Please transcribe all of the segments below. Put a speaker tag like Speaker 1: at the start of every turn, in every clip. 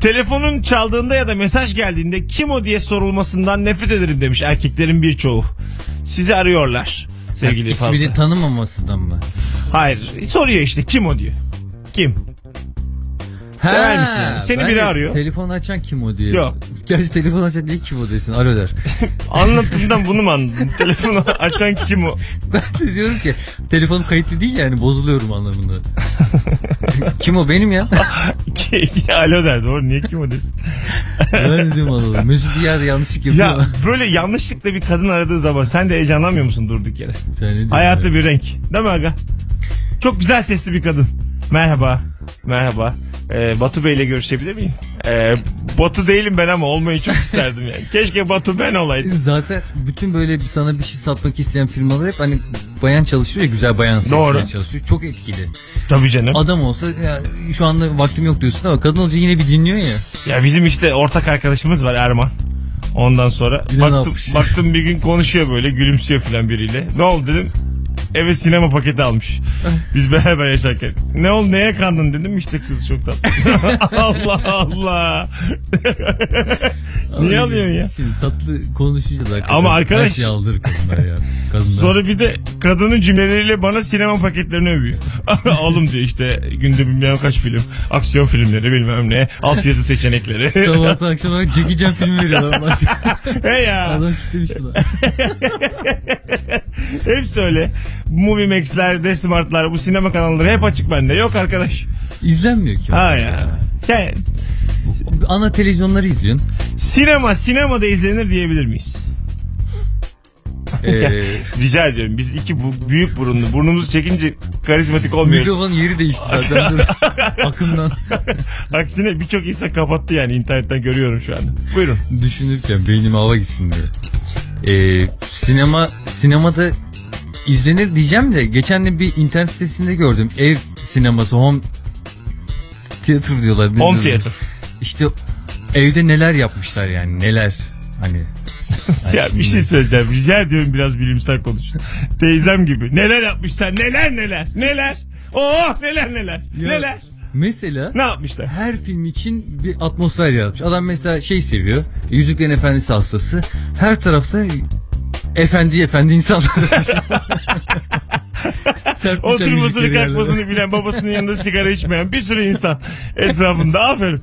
Speaker 1: Telefonun çaldığında ya da mesaj geldiğinde kim o diye sorulmasından nefret ederim demiş erkeklerin birçoğu. Sizi arıyorlar sevgili
Speaker 2: İsmini
Speaker 1: Fazlı.
Speaker 2: tanımamasından mı?
Speaker 1: Hayır soruyor işte kim o diyor. Kim? Sever misin yani? Seni
Speaker 2: ben
Speaker 1: biri
Speaker 2: de
Speaker 1: arıyor.
Speaker 2: Telefon açan kim o diye.
Speaker 1: Yok.
Speaker 2: Gerçi telefon açan değil kim o desin. Alo der.
Speaker 1: Anlatımdan bunu mu anladın? Telefonu açan kim o?
Speaker 2: ben de diyorum ki telefonum kayıtlı değil yani bozuluyorum anlamında. kim o benim ya?
Speaker 1: Alo der doğru niye kim o desin?
Speaker 2: ben dedim anladım. Mesut bir yerde yanlışlık yapıyor.
Speaker 1: Ya böyle yanlışlıkla bir kadın aradığı zaman sen de heyecanlanmıyor musun durduk yere?
Speaker 2: Sen ne diyorsun
Speaker 1: Hayatı
Speaker 2: ya?
Speaker 1: bir renk. Değil mi aga? Çok güzel sesli bir kadın. Merhaba. Merhaba. Ee, Batu Bey'le görüşebilir miyim? Ee, Batu değilim ben ama olmayı çok isterdim yani. Keşke Batu ben olaydım.
Speaker 2: Zaten bütün böyle sana bir şey satmak isteyen firmalar hep hani bayan çalışıyor ya güzel bayan
Speaker 1: Doğru.
Speaker 2: sesle çalışıyor. Çok etkili.
Speaker 1: Tabii canım.
Speaker 2: Adam olsa ya, şu anda vaktim yok diyorsun ama kadın olunca yine bir dinliyor ya.
Speaker 1: Ya bizim işte ortak arkadaşımız var Erman. Ondan sonra
Speaker 2: Bir de ne
Speaker 1: baktım,
Speaker 2: yapmış?
Speaker 1: baktım bir gün konuşuyor böyle gülümsüyor filan biriyle. Ne oldu dedim. Eve sinema paketi almış. Biz beraber yaşarken. Ne oldu neye kandın dedim işte kız çok tatlı. Allah Allah. Niye
Speaker 2: Ay,
Speaker 1: alıyorsun ya?
Speaker 2: Şimdi tatlı konuşunca da hakikaten
Speaker 1: Ama arkadaş-
Speaker 2: Her şeyi aldırır kadınlar ya. Kadınlar.
Speaker 1: Sonra bir de kadının cümleleriyle bana sinema paketlerini övüyor. Oğlum diyor işte günde bilmem kaç film. Aksiyon filmleri bilmem ne. Altyazı seçenekleri.
Speaker 2: Sabahtan akşama Jackie Chan filmi veriyorlar. Allah aşkına.
Speaker 1: He ya.
Speaker 2: Adam kitlemiş bunu.
Speaker 1: Hep öyle. Movie Max'ler, Desmart'lar, bu sinema kanalları hep açık bende. Yok arkadaş.
Speaker 2: İzlenmiyor ki.
Speaker 1: Ha ya. Ya,
Speaker 2: Ana televizyonları izliyorsun.
Speaker 1: sinema sinemada izlenir diyebilir miyiz?
Speaker 2: Ee,
Speaker 1: Rica ediyorum. Biz iki bu, büyük burunlu burnumuzu çekince karizmatik olmuyoruz.
Speaker 2: mikrofonun yeri değişti zaten. Dur. Akımdan
Speaker 1: Aksine birçok insan kapattı yani internetten görüyorum şu anda. Buyurun.
Speaker 2: düşünürken beynime hava gitsin diye. Ee, sinema sinemada izlenir diyeceğim de geçen de bir internet sitesinde gördüm. Ev sineması home theater diyorlar.
Speaker 1: Home
Speaker 2: Bilmiyorum.
Speaker 1: Theater.
Speaker 2: İşte evde neler yapmışlar yani neler hani.
Speaker 1: Ya bir
Speaker 2: şimdi-
Speaker 1: şey söyleyeceğim. Rica ediyorum biraz bilimsel konuşun. Teyzem gibi. Neler yapmışlar? Neler neler? Neler? Oh neler neler?
Speaker 2: Ya
Speaker 1: Neler?
Speaker 2: Mesela
Speaker 1: Ne yapmışlar?
Speaker 2: her film için bir atmosfer yaratmış. Adam mesela şey seviyor. Yüzüklerin Efendisi hastası. Her tarafta efendi efendi insanlar. Sertmiş
Speaker 1: Oturmasını
Speaker 2: elbiseli
Speaker 1: kalkmasını bilen babasının yanında sigara içmeyen bir sürü insan etrafında aferin.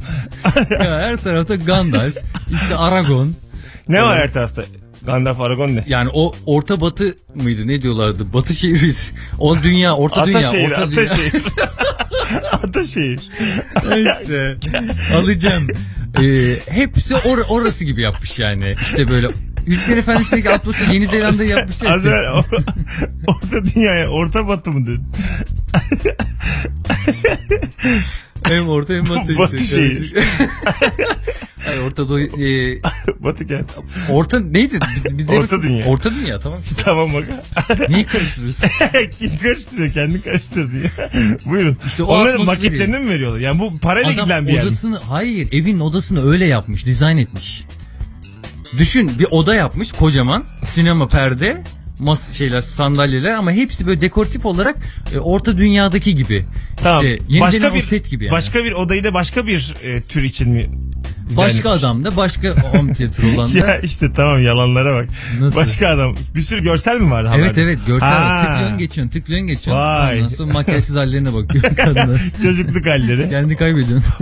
Speaker 2: yerler. Ya her tarafta Gandalf, işte Aragon.
Speaker 1: Ne var her tarafta? Gandalf Aragon ne?
Speaker 2: Yani o Orta Batı mıydı ne diyorlardı? Batı şehri. O dünya, Orta Dünya,
Speaker 1: Ataşehir,
Speaker 2: Orta Dünya.
Speaker 1: Ataşehir. Ataşehir.
Speaker 2: Neyse. Alacağım. Ee, hepsi or- orası gibi yapmış yani. İşte böyle Yüzükler Efendisi'ndeki atmosfer Yeni Zelanda yapmış.
Speaker 1: Az
Speaker 2: hepsi.
Speaker 1: evvel o- orta dünyaya, orta batı mı dedin?
Speaker 2: Hem orta hem batı.
Speaker 1: Batı
Speaker 2: işte.
Speaker 1: şehir.
Speaker 2: Hayır orta doğu. e,
Speaker 1: Batı kent.
Speaker 2: orta neydi? Bir- bir de-
Speaker 1: Orta dünya.
Speaker 2: Orta dünya tamam.
Speaker 1: Tamam bak.
Speaker 2: Niye karıştırıyorsun?
Speaker 1: Kim karıştırıyor? Kendi karıştırdı ya. Buyurun.
Speaker 2: İşte o
Speaker 1: Onların
Speaker 2: atmosferi.
Speaker 1: maketlerini mi veriyorlar? Yani bu parayla gidilen
Speaker 2: Adam
Speaker 1: bir yer. mi?
Speaker 2: odasını hayır evin odasını öyle yapmış dizayn etmiş. Düşün bir oda yapmış kocaman sinema perde mas şeyler sandalyeler ama hepsi böyle dekoratif olarak e, orta dünyadaki gibi.
Speaker 1: Tamam.
Speaker 2: İşte Yeni Zelanda set gibi yani. Başka,
Speaker 1: başka bir odayı da başka bir e, tür için mi? düzenlemiş?
Speaker 2: adam da başka home theater olan da
Speaker 1: Ya işte tamam yalanlara bak.
Speaker 2: Nasıl?
Speaker 1: Başka adam. Bir sürü görsel mi vardı
Speaker 2: Evet
Speaker 1: haberde?
Speaker 2: evet görsel
Speaker 1: Ha.
Speaker 2: var. tıklıyorsun geçiyorsun tıklıyorsun geçiyorsun.
Speaker 1: Vay.
Speaker 2: Ondan sonra makyajsız hallerine bakıyorsun kadınlar.
Speaker 1: Çocukluk halleri.
Speaker 2: Kendini kaybediyorsun.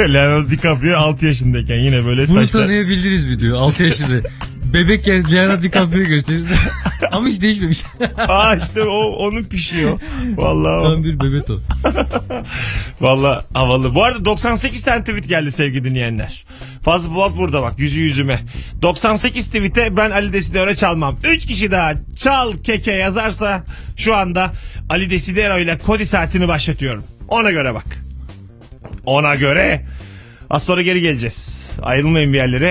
Speaker 1: Leonardo DiCaprio 6 yaşındayken yine böyle
Speaker 2: Bunu
Speaker 1: saçlar.
Speaker 2: tanıyabiliriz bir diyor 6 yaşında. Bebek ya- Leonardo DiCaprio gösteriyor. Ama hiç değişmemiş.
Speaker 1: Aa işte o onun pişiyor. Vallahi o.
Speaker 2: Tam bir bebek o.
Speaker 1: Valla havalı. Bu arada 98 tane tweet geldi sevgili dinleyenler. Fazla Polat burada bak yüzü yüzüme. 98 tweete ben Ali Desidero çalmam. 3 kişi daha çal keke yazarsa şu anda Ali Desidero ile Kodi saatini başlatıyorum. Ona göre bak. Ona göre. Az sonra geri geleceğiz. Ayrılmayın bir yerlere.